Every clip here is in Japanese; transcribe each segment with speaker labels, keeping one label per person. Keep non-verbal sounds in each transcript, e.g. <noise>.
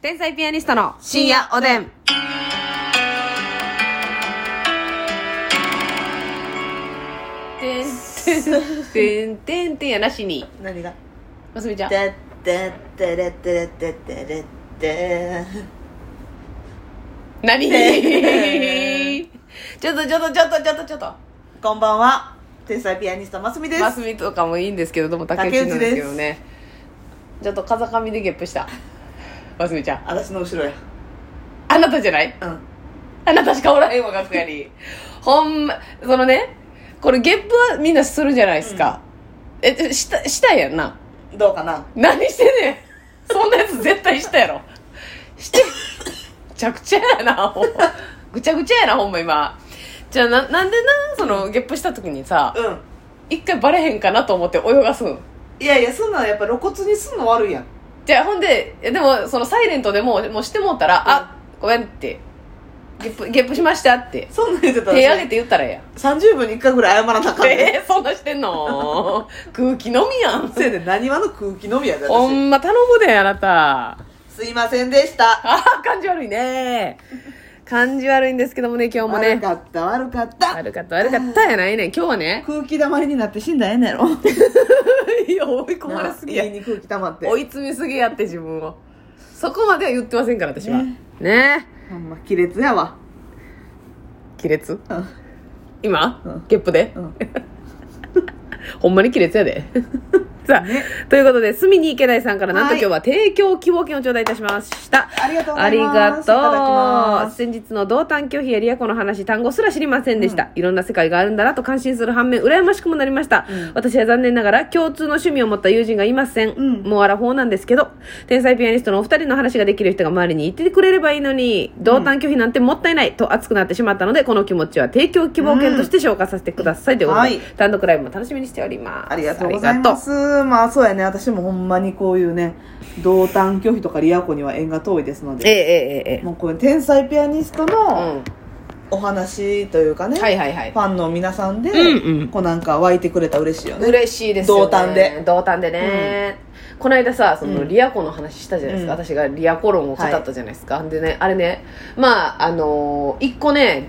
Speaker 1: 天才ピアニストの深夜おでん。てんてんてんてんてんやなしに。
Speaker 2: 何が
Speaker 1: ますみちゃん。
Speaker 2: てってってれってれってってれって
Speaker 1: 何
Speaker 2: て
Speaker 1: ちょっとちょっとちょっとちょっとちょっと。
Speaker 2: こんばんは天才ピアニストますみです、
Speaker 1: ますみとかもいいんですけど、でも竹内なんですけどね。ちょっと風上でゲップした。ますみちゃん。
Speaker 2: 私の後ろや
Speaker 1: あなたじゃない
Speaker 2: うん
Speaker 1: あなたしかおらへんわ、楽屋に。ほんま、そのね、これゲップはみんなするじゃないですか。え、えした、したやんな。
Speaker 2: どうかな
Speaker 1: 何してんねんそんなやつ絶対したやろしてめちゃくちゃやなほんまぐちゃぐちゃやなほんま今じゃあななんでなそのゲップした時にさ
Speaker 2: うん
Speaker 1: 一回バレへんかなと思って泳がすん
Speaker 2: いやいやそんなんやっぱ露骨にすんの悪いやん
Speaker 1: じゃあほんでいやでもそのサイレントでもうもうしてもうたら、あごめんってゲップゲップしましたって
Speaker 2: そんなん言ってたら
Speaker 1: 手挙げて言ったらええやん
Speaker 2: 30分に1回ぐらい謝らなあかんね
Speaker 1: <laughs> えー、そんなしてんの空気飲みやん
Speaker 2: せやで何話の空気のみやで
Speaker 1: ほ
Speaker 2: 私
Speaker 1: んま頼むであなた
Speaker 2: すいませんでした
Speaker 1: ああ、感じ悪いね。感じ悪いんですけどもね、今日も
Speaker 2: 悪
Speaker 1: ね。
Speaker 2: かった悪かった
Speaker 1: 悪かった、悪かったやないねん。今日はね。
Speaker 2: 空気溜まりになって死んだらええねやろ
Speaker 1: <laughs> いや、追い込まれすぎや
Speaker 2: 家。に空気溜まって
Speaker 1: 追い詰めすぎやって、自分を。そこまでは言ってませんから、私は。ね
Speaker 2: ね
Speaker 1: え。
Speaker 2: ほんま亀裂やわ
Speaker 1: 亀裂
Speaker 2: うん
Speaker 1: 今、
Speaker 2: うん
Speaker 1: ゲップで、
Speaker 2: うん
Speaker 1: ほんまに亀裂やで。 <laughs> さあ、ということで、すみに池田さんから、なんと
Speaker 2: はい
Speaker 1: 今日は提供希望券を頂戴いたしました。
Speaker 2: ありがとうご
Speaker 1: あ
Speaker 2: ざい
Speaker 1: り
Speaker 2: ます
Speaker 1: がとう
Speaker 2: いただきます
Speaker 1: 先日の同担拒否やリアコの話単語すら知りませんでした、いろんな世界があるんだなと感心する反面羨ましくもなりました、
Speaker 2: うん
Speaker 1: 私は残念ながら共通の趣味を持った友人がいません、
Speaker 2: うん
Speaker 1: もうアラフォーなんですけど天才ピアニストのお二人の話ができる人が周りにいてくれればいいのに同担拒否なんてもったいないと熱くなってしまったのでこの気持ちは提供希望券として消化させてください、ということで、
Speaker 2: はい
Speaker 1: 単独ライブも楽しみにしております
Speaker 2: ありがとうございま
Speaker 1: あ
Speaker 2: す。まあそうやね、私もほんまにこういうね、同担拒否とかリアコには縁が遠いですの
Speaker 1: りがとうえ
Speaker 2: で、
Speaker 1: えええええ
Speaker 2: もうこういう天才ピアニストの
Speaker 1: う
Speaker 2: お話というかね、
Speaker 1: ん、はいはいはい
Speaker 2: ファンの皆さんで、
Speaker 1: うんうん
Speaker 2: こうなんか湧いてくれたら嬉しいよね。
Speaker 1: 嬉しいですよね
Speaker 2: 同担で
Speaker 1: 同担でね、この間さその
Speaker 2: うん
Speaker 1: リアコの話したじゃないですか、
Speaker 2: うん
Speaker 1: 私がリアコ論を語ったじゃないですか、でねあれねまああのー一個ね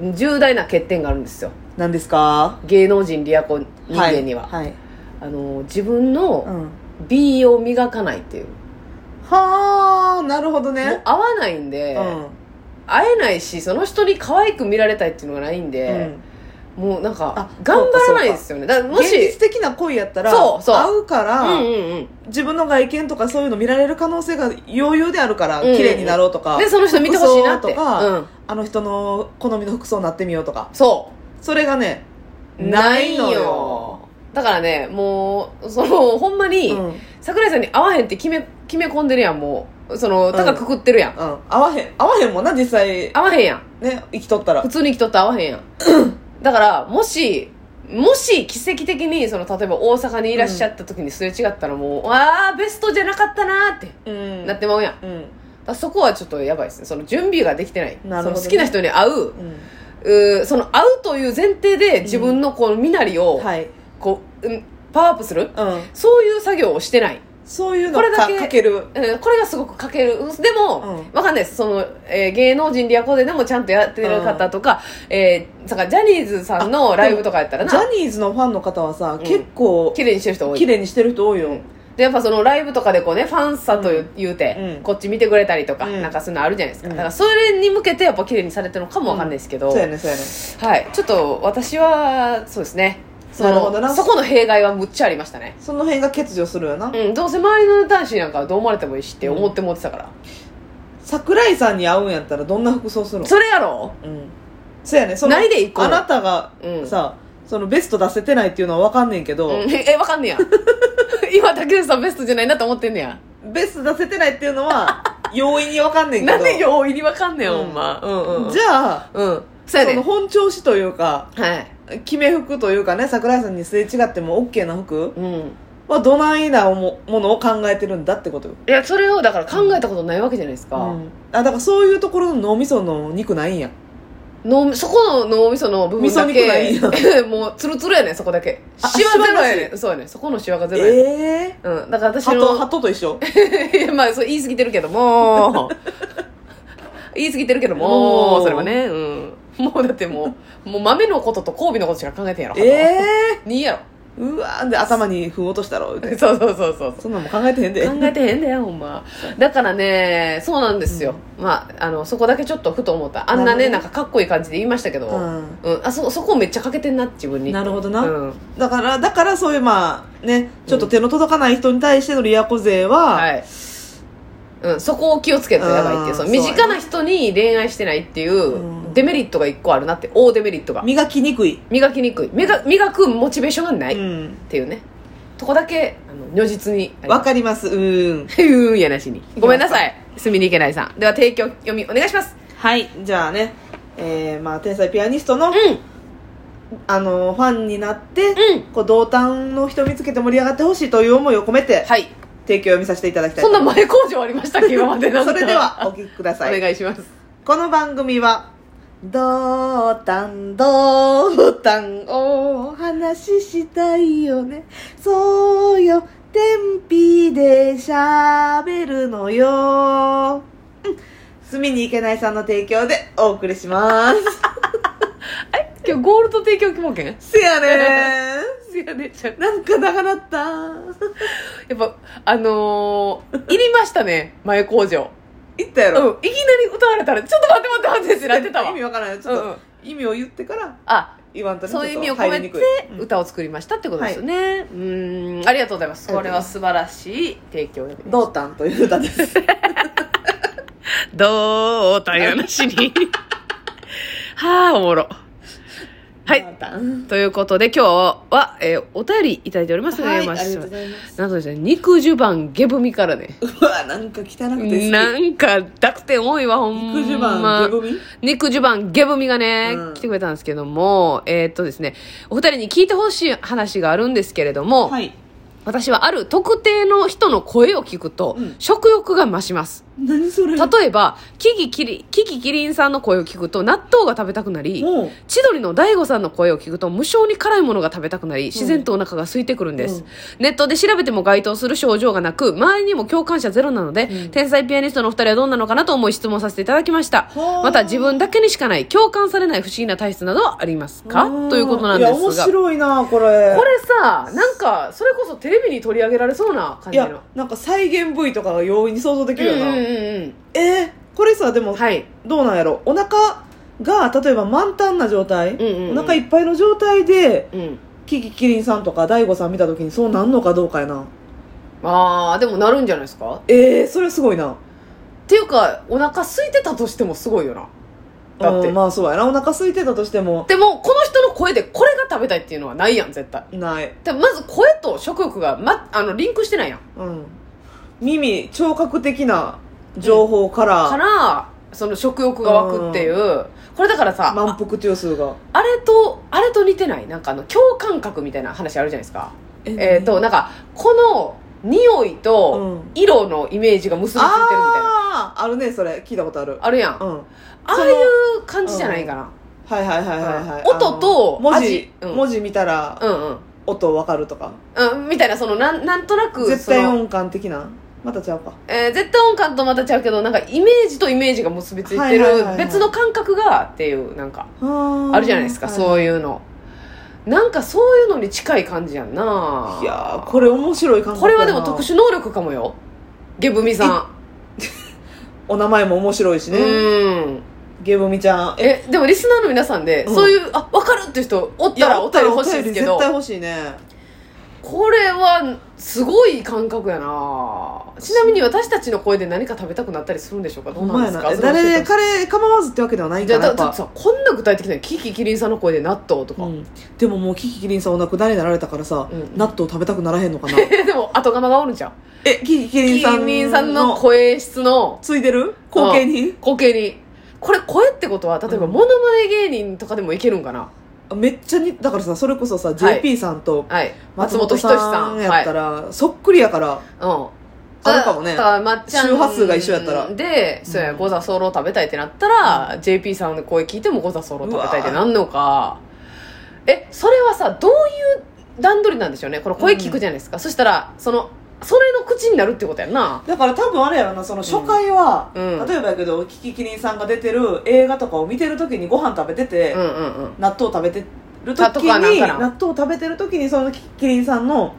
Speaker 2: うん。
Speaker 1: 重大な欠点があるんですよ
Speaker 2: 何ですか
Speaker 1: 芸能人リアコ人間には、
Speaker 2: はい。はい、
Speaker 1: あのー自分
Speaker 2: う
Speaker 1: の
Speaker 2: ん。
Speaker 1: 美意を磨かないっていう、
Speaker 2: はあ、なるほど
Speaker 1: もう
Speaker 2: ね。
Speaker 1: 合わないんで、
Speaker 2: うん。
Speaker 1: 会えないしその人に可愛く見られたいっていうのがないん
Speaker 2: う
Speaker 1: で、
Speaker 2: ん
Speaker 1: もうなんか
Speaker 2: あ
Speaker 1: 頑張らないですよねだからもし
Speaker 2: 現実的な恋やったら
Speaker 1: そうそう
Speaker 2: 会うから、
Speaker 1: うんうんうん
Speaker 2: 自分の外見とかそういうの見られる可能性が余裕であるから、
Speaker 1: うん
Speaker 2: 綺麗になろうとか
Speaker 1: でその人見てほしいなって
Speaker 2: 服装とか、
Speaker 1: うん、
Speaker 2: あの人の好みの服装になってみようとか
Speaker 1: そう
Speaker 2: それがね
Speaker 1: ないのよだからねもうそのほんま
Speaker 2: う
Speaker 1: に、
Speaker 2: ん、うん、
Speaker 1: 桜井さんに会わへんって決め決め込んでるやんもうその
Speaker 2: ん
Speaker 1: 高くくってるやん、
Speaker 2: 合わへん合わへんもんな実際
Speaker 1: 会わへんやん
Speaker 2: ね生きとったら
Speaker 1: 普通に来とったら会わへんやん <clears throat> だからもしもし奇跡的にその例えば大阪にいらっしゃった時にすれ違ったらもう、ああベストじゃなかったなーって
Speaker 2: うん
Speaker 1: なってまうやん、だか
Speaker 2: うん、
Speaker 1: らそこはちょっとやばいですねその準備ができてない
Speaker 2: なるほどね
Speaker 1: その好きな人に会う
Speaker 2: う
Speaker 1: うーその会うという前提で自分のこの身なりを、
Speaker 2: ん、はい、
Speaker 1: こう、うん、パワーアップする
Speaker 2: うん、
Speaker 1: そういう作業をしてない。
Speaker 2: そういうの
Speaker 1: これだ
Speaker 2: か
Speaker 1: け
Speaker 2: かける
Speaker 1: うんこれがすごく欠ける。うんでも、
Speaker 2: うん
Speaker 1: わかんないです。その、えー芸能人リアコーデでもちゃんとやってる方とか、えー、だからジャニーズさんのライブとかやった
Speaker 2: ジ
Speaker 1: ら
Speaker 2: ャ
Speaker 1: な、
Speaker 2: ニーズのファンの方はさ、
Speaker 1: ん
Speaker 2: 結構
Speaker 1: 綺麗にしてる人多い。
Speaker 2: 綺麗にしてる人多いよ、
Speaker 1: で、やっぱそのライブとかでこうね、ファンさという,、言うて、
Speaker 2: うん
Speaker 1: こっち見てくれたりとか、
Speaker 2: うん
Speaker 1: なんかそういうのあるじゃないですか。
Speaker 2: うん
Speaker 1: だからそれに向けてやっぱ綺麗にされてるのかもわかんないですけど、
Speaker 2: そうやねそうやね
Speaker 1: はい。ちょっと私は、そうですね。その
Speaker 2: なるほどな
Speaker 1: そこの弊害はむっちゃありましたね。
Speaker 2: その辺が欠如するよな、
Speaker 1: うん、どうせ周りの男子なんかはどう思われてもいいしって思って思ってたから。
Speaker 2: 桜井さんに会うんやったらどんな服装するの
Speaker 1: それやろ
Speaker 2: うんそうやねその
Speaker 1: ないで行こう
Speaker 2: あなたが
Speaker 1: うん
Speaker 2: さ、そのベスト出せてないっていうのは分かんねんけど、
Speaker 1: うん、え、わかんねえや。 <laughs> 今、竹内さんベストじゃないなと思ってんねや。
Speaker 2: ベスト出せてないっていうの <laughs> は容易に分かんねんけ
Speaker 1: な
Speaker 2: ど
Speaker 1: んで容易にわかんねえよ、
Speaker 2: うん
Speaker 1: ほんま。うんうん。
Speaker 2: じゃあ
Speaker 1: うん。そうや
Speaker 2: その
Speaker 1: ね。
Speaker 2: 本調子というか
Speaker 1: はい。
Speaker 2: 決め服というかね桜井さんにすれ違っても OK な服
Speaker 1: うん。
Speaker 2: はどないなもものを考えてるんだってことよ、
Speaker 1: いや、それをだから考えたことないわけじゃないですか。
Speaker 2: うんあだからそういうところの脳みその肉ないんや
Speaker 1: 脳そこの脳みその部分だけ
Speaker 2: 味
Speaker 1: <laughs>
Speaker 2: 噌
Speaker 1: もうツルツルやねんそこだけ
Speaker 2: あ
Speaker 1: シワゼロや
Speaker 2: シワ
Speaker 1: ねんそうやねんそこのシワがゼロやねん、
Speaker 2: ええ
Speaker 1: うん、だから私
Speaker 2: ハトハ
Speaker 1: の
Speaker 2: トと一緒
Speaker 1: い <laughs> やまあそう言い過ぎてるけど <laughs> も言い過ぎてるけども
Speaker 2: おー
Speaker 1: それはね、うん、もうだってもうもう豆のことと交尾のことしか考えてんやろ
Speaker 2: ええ
Speaker 1: にや
Speaker 2: うわーで頭にふん落としたろ
Speaker 1: ろ <laughs> そうそうそうそう
Speaker 2: そんなんも考えてへんで
Speaker 1: 考えてへんだよほんまだからねそうなんですよ、まああのそこだけちょっとふと思ったあんなねな
Speaker 2: なるほど
Speaker 1: んかかっこいい感じで言いましたけど、
Speaker 2: うん
Speaker 1: うんあそそこめっちゃかけてんな自分に
Speaker 2: なるほどな、
Speaker 1: うん、
Speaker 2: だからだからそういうまあねちょっと手の届かない人に対してのリアコ勢は、
Speaker 1: はい、うん、そこを気をつけてやばいっていう
Speaker 2: あー
Speaker 1: その
Speaker 2: そう
Speaker 1: 身
Speaker 2: やね
Speaker 1: 近な人に恋愛してないっていう
Speaker 2: うん
Speaker 1: デメリットが一個あるなって大デメリットが
Speaker 2: 磨きにくい、
Speaker 1: 磨きにくい磨磨くモチベーションがないっ
Speaker 2: うん
Speaker 1: ていうねとこだけあの如実にあります <laughs>
Speaker 2: わかりますうん
Speaker 1: っていうんやなしにごめんなさい住みに行けないさんでは提供読みお願いします
Speaker 2: はいじゃあねえー、まあ天才ピアニスト
Speaker 1: う
Speaker 2: の、
Speaker 1: ん
Speaker 2: あのファンになって、
Speaker 1: うん
Speaker 2: こう同担の人見つけて盛り上がってほしいという思いを込めて、
Speaker 1: はい
Speaker 2: 提供を読みさせていただきたい
Speaker 1: そん
Speaker 2: と
Speaker 1: な
Speaker 2: 思いま
Speaker 1: 前工場ありま
Speaker 2: <laughs>
Speaker 1: したっけ今までなん
Speaker 2: す
Speaker 1: か
Speaker 2: それではお聞きくだ
Speaker 1: お
Speaker 2: さい
Speaker 1: 願いします
Speaker 2: この番組は「どうたんどうたんお話ししたいよねそうよ天日でしゃべるのよ」うん住みに行けないさんの提供でお送りします。
Speaker 1: 今日ゴールド提供希望券
Speaker 2: せやね
Speaker 1: すやねちゃん
Speaker 2: ー。なんか長なった。
Speaker 1: やっぱあのー、いりましたね前工場
Speaker 2: 言ったや
Speaker 1: う
Speaker 2: ろ。
Speaker 1: ん、いきなり歌われたら、ちょっと待って待って待ってってなってたわ
Speaker 2: 意。味わからない。ちょっ
Speaker 1: うんうん
Speaker 2: と意味を言ってから
Speaker 1: あ、
Speaker 2: 言わんとね
Speaker 1: そういう意味を込
Speaker 2: ちょっと入
Speaker 1: め
Speaker 2: りに
Speaker 1: て
Speaker 2: くいうん
Speaker 1: 歌を作りましたってことですよね。うーん、ありがとうございます。
Speaker 2: あ
Speaker 1: こ
Speaker 2: りがと
Speaker 1: れ
Speaker 2: うござい
Speaker 1: は
Speaker 2: ます
Speaker 1: 素晴らしい提供を読み
Speaker 2: どうたんという歌です。
Speaker 1: どうという話 <laughs> に。はあ、おもろ。はい
Speaker 2: どうたん
Speaker 1: ということで今日は、えーお便りいただいておりますので、
Speaker 2: はい、
Speaker 1: 読ま
Speaker 2: あり
Speaker 1: せ
Speaker 2: が
Speaker 1: て
Speaker 2: とう
Speaker 1: も
Speaker 2: ご
Speaker 1: らい
Speaker 2: ざいます。
Speaker 1: なんとですね、肉襦袢ゲブミからね。
Speaker 2: うわ、なんか汚くて好き。
Speaker 1: なんか、濁点多いわ、ほんま。
Speaker 2: 肉襦袢、ゲボミ
Speaker 1: 肉襦袢ゲブミがね、
Speaker 2: うん
Speaker 1: 来てくれたんですけども、えーっとですね、お二人に聞いてほしい話があるんですけれども、
Speaker 2: はい。
Speaker 1: 私はある特定の人の声を聞くと、
Speaker 2: うん
Speaker 1: 食欲が増します。
Speaker 2: 何それ
Speaker 1: 例えば、キキキリン、キキキリンさんの声を聞くと納豆が食べたくなり、
Speaker 2: もう、
Speaker 1: 千鳥の大悟さんの声を聞くと無性に辛いものが食べたくなり自然とお腹が空いてくるんです、
Speaker 2: うん
Speaker 1: ネットで調べても該当する症状がなく周りにも共感者ゼロなので、
Speaker 2: うん
Speaker 1: 天才ピアニストのお二人はどうなのかなと思い質問させていただきました
Speaker 2: はあ
Speaker 1: また自分だけにしかない共感されない不思議な体質などはありますか
Speaker 2: うん
Speaker 1: ということなんですが
Speaker 2: いや、面白いな、これ。
Speaker 1: これさなんかそれこそテレビに取り上げられそうな感
Speaker 2: い
Speaker 1: じの
Speaker 2: や、なんか再現部位とかが容易に想像できるよな。
Speaker 1: うんうん
Speaker 2: え
Speaker 1: うん
Speaker 2: ー、これさ、で
Speaker 1: うん
Speaker 2: も、
Speaker 1: はい
Speaker 2: どうなんやろ。お腹が、例えば満タンな状態、
Speaker 1: んうんうん
Speaker 2: お腹いっぱいの状態で、
Speaker 1: うん
Speaker 2: キキキリンさんとか大悟さん見た時にそうなんのかどうかやな。
Speaker 1: あーでもなるんじゃないですか
Speaker 2: えー、それすごいな。
Speaker 1: っていうかお腹空いてたとしてもすごいよなだって
Speaker 2: うんまあそうやな。お腹空いてたとしても、
Speaker 1: でも、この人の声でこれが食べたいっていうのはないやん、絶対。
Speaker 2: ない。
Speaker 1: でもまず声と食欲が、ま、あの、リンクしてないやん。
Speaker 2: うん、耳聴覚的な情報から、
Speaker 1: から、その食欲が湧くっていう。これだからさ、
Speaker 2: 満腹中枢が
Speaker 1: あれと、あれと似てないなんかあの、共感覚みたいな話あるじゃないですか。えっ、と、なんか、この匂いと
Speaker 2: うん
Speaker 1: 色のイメージが結びついてるみたいな。
Speaker 2: ああーあるねそれ聞いたことある
Speaker 1: あるやん。
Speaker 2: う
Speaker 1: あ
Speaker 2: んは
Speaker 1: あいう感じじゃないかな。
Speaker 2: いはいはいはいはい
Speaker 1: うん音と
Speaker 2: あの文字
Speaker 1: 味、うん
Speaker 2: 文字見たら
Speaker 1: うんうん。
Speaker 2: 音わかるとか、
Speaker 1: うん、みたいな、その、なん、なんとなく、
Speaker 2: 絶
Speaker 1: そ
Speaker 2: 対
Speaker 1: の
Speaker 2: 音感的なまたちゃうか
Speaker 1: えー絶対音感とまたちゃうけどなんかイメージとイメージが結びつい
Speaker 2: は
Speaker 1: て
Speaker 2: い
Speaker 1: る
Speaker 2: はいはいはい
Speaker 1: 別の感覚がっていうなんかあ
Speaker 2: あ
Speaker 1: るじゃないですか、
Speaker 2: う
Speaker 1: そういうのなんかそういうのに近い感じやんない
Speaker 2: やーこれ面白い感覚
Speaker 1: これはでも
Speaker 2: やな
Speaker 1: 特殊能力かもよゲブミさ
Speaker 2: お名前も面白いし
Speaker 1: ん、
Speaker 2: ね、
Speaker 1: うん
Speaker 2: ゲボミちゃんえ
Speaker 1: えでもリスナーの皆さんで、
Speaker 2: うん
Speaker 1: そういうあ分かるっていう人おっ
Speaker 2: い
Speaker 1: たら
Speaker 2: お
Speaker 1: お
Speaker 2: 便
Speaker 1: 便
Speaker 2: り
Speaker 1: り欲しいですけど
Speaker 2: 絶対欲しいね
Speaker 1: これはすごい感覚やなちなみに私たちの声で何か食べたくなったりするんでしょうかど
Speaker 2: お
Speaker 1: うなんで
Speaker 2: 前
Speaker 1: す
Speaker 2: な
Speaker 1: かそれ教えてほしい
Speaker 2: 誰で彼構わずってわけではないん
Speaker 1: じゃ
Speaker 2: か
Speaker 1: あ
Speaker 2: な
Speaker 1: だ
Speaker 2: やっ
Speaker 1: だ
Speaker 2: ぱ
Speaker 1: ってさこんな具体的なキキキリンさんの声で納豆とか、 <laughs>
Speaker 2: うん、でももうキキキリンさんお亡くなりになられたからさ、
Speaker 1: うん
Speaker 2: 納豆食べたくならへんのかな
Speaker 1: <laughs> でも後釜がおるんじゃん
Speaker 2: えキキキ
Speaker 1: キ
Speaker 2: リンさん
Speaker 1: キリンさんの声質の
Speaker 2: ついてる後継に
Speaker 1: 光景にこれ声ってことは例えば
Speaker 2: うん
Speaker 1: モノマネ芸人とかでもいけるんかな、
Speaker 2: めっちゃにだからさそれこそさ、
Speaker 1: い
Speaker 2: JP さんと
Speaker 1: はい松本
Speaker 2: 松本
Speaker 1: 人志
Speaker 2: さ
Speaker 1: さ
Speaker 2: ん
Speaker 1: ん
Speaker 2: やったら、そっくりやから
Speaker 1: はい、
Speaker 2: あるかもね
Speaker 1: だからまっちゃん
Speaker 2: 周波数が一緒やったら
Speaker 1: でそうやゴザソロ食べたいってなったら、JP さんの声聞いてもゴザソロ食べたいってなんのかえそれはさどういう段取りなんでしょうねこの声聞くじゃないですか、そしたらそのそれの口になるってことやんな
Speaker 2: だから多分あれやろなその初回は、
Speaker 1: うん
Speaker 2: 例えばやけどキキキリンさんが出てる映画とかを見てる時にご飯食べてて、
Speaker 1: うんうんうん
Speaker 2: 納豆食べてる
Speaker 1: あ
Speaker 2: 時
Speaker 1: とかなん
Speaker 2: に
Speaker 1: かな
Speaker 2: 納豆食べてる時にそのキキキリンさんの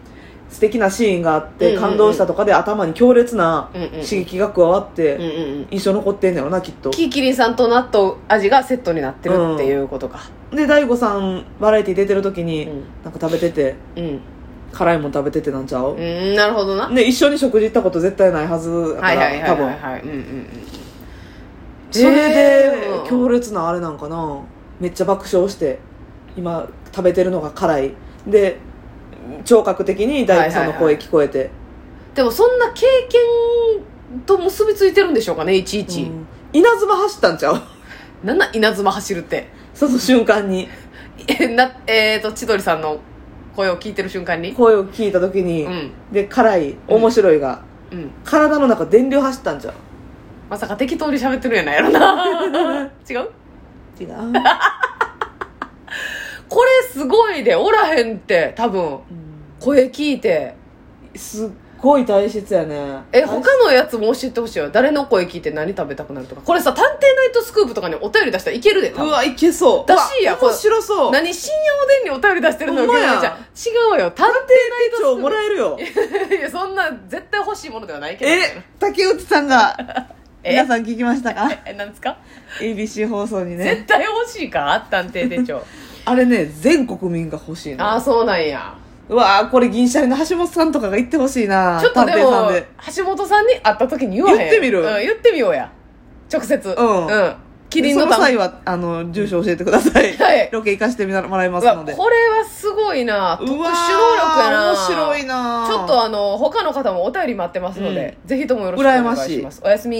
Speaker 2: 素敵なシーンがあっ
Speaker 1: うん
Speaker 2: て、
Speaker 1: うんうん
Speaker 2: 感動したとかで頭に強烈な
Speaker 1: うんうん
Speaker 2: 刺激が加わって、
Speaker 1: うんうんうん
Speaker 2: 印象残ってんねやろなきっと
Speaker 1: キーキリンさんと納豆味がセットになってるっていうことか
Speaker 2: で大悟さんバラエティ出てる時
Speaker 1: う
Speaker 2: に、
Speaker 1: ん
Speaker 2: なんか食べてて
Speaker 1: うん、
Speaker 2: 辛いもん食べててなんちゃう、
Speaker 1: うん、なるほどな
Speaker 2: ね、一緒に食事行ったこと絶対ないはずや
Speaker 1: は
Speaker 2: か
Speaker 1: いはい
Speaker 2: ら
Speaker 1: はい
Speaker 2: 多
Speaker 1: は
Speaker 2: 分
Speaker 1: いはいうんうんうん
Speaker 2: それで
Speaker 1: えー
Speaker 2: 強烈なあれなんかなめっちゃ爆笑して今食べてるのが辛いで聴覚的に大悟さんの
Speaker 1: はいはい
Speaker 2: 声
Speaker 1: は
Speaker 2: 聞こえて
Speaker 1: でもそんな経験と結びついてるんでしょうかねいちいち、
Speaker 2: うん稲妻走ったんちゃう <laughs>
Speaker 1: なんなん稲妻走るって <laughs>
Speaker 2: その瞬間に
Speaker 1: えなえー、と千鳥さんの声を聞いてる瞬間に
Speaker 2: 声を聞いた時に、
Speaker 1: うん
Speaker 2: で辛い面白いが、
Speaker 1: うん
Speaker 2: 体の中電流走ったんちゃう
Speaker 1: まさか適当に喋ってるんやないやろ
Speaker 2: <laughs>
Speaker 1: な違う
Speaker 2: 違う、
Speaker 1: これすごいでおらへんって多分
Speaker 2: うん
Speaker 1: 声聞いて
Speaker 2: すっごい大切やね
Speaker 1: え他のやつも教えてほしいわ誰の声聞いて何食べたくなるとかこれさ「探偵ナイトスクープ」とかにお便り出したらいけるで多
Speaker 2: う
Speaker 1: 分
Speaker 2: わいけそう
Speaker 1: だしや
Speaker 2: うわ面白そう
Speaker 1: 何深夜おでんにお便り出してるの
Speaker 2: ほんまや
Speaker 1: じゃ違うわよ探
Speaker 2: 手帳もらえるよ
Speaker 1: 偵 <laughs> いやそんな絶対欲しいものではないけど
Speaker 2: え竹内さんが
Speaker 1: え
Speaker 2: 皆さん聞きまし
Speaker 1: <laughs>
Speaker 2: たか
Speaker 1: えなんですか
Speaker 2: ABC 放送にね
Speaker 1: 絶対欲しいか探偵手
Speaker 2: <laughs>
Speaker 1: 帳
Speaker 2: あれね全国民が欲しい
Speaker 1: ああ
Speaker 2: な
Speaker 1: そうなんや
Speaker 2: うわーこれ銀シャリの橋本さんとかが言ってほしいな
Speaker 1: ちょっとで
Speaker 2: 探偵
Speaker 1: も
Speaker 2: さんで
Speaker 1: 橋本さんに会った時に言わへん
Speaker 2: 言ってみ
Speaker 1: う
Speaker 2: る
Speaker 1: ん、言ってみようや直接
Speaker 2: ん
Speaker 1: うん、キリン
Speaker 2: そ
Speaker 1: の
Speaker 2: の
Speaker 1: ため
Speaker 2: 際はあの住所教えてください、
Speaker 1: はい
Speaker 2: ロケ行かせてもらいます
Speaker 1: うわ
Speaker 2: ので
Speaker 1: これはすごいな特殊能力
Speaker 2: わー
Speaker 1: やな
Speaker 2: 面白いな
Speaker 1: ちょっとあの他の方もお便り待ってますので、ぜひともよろしくお願いしますおやすみ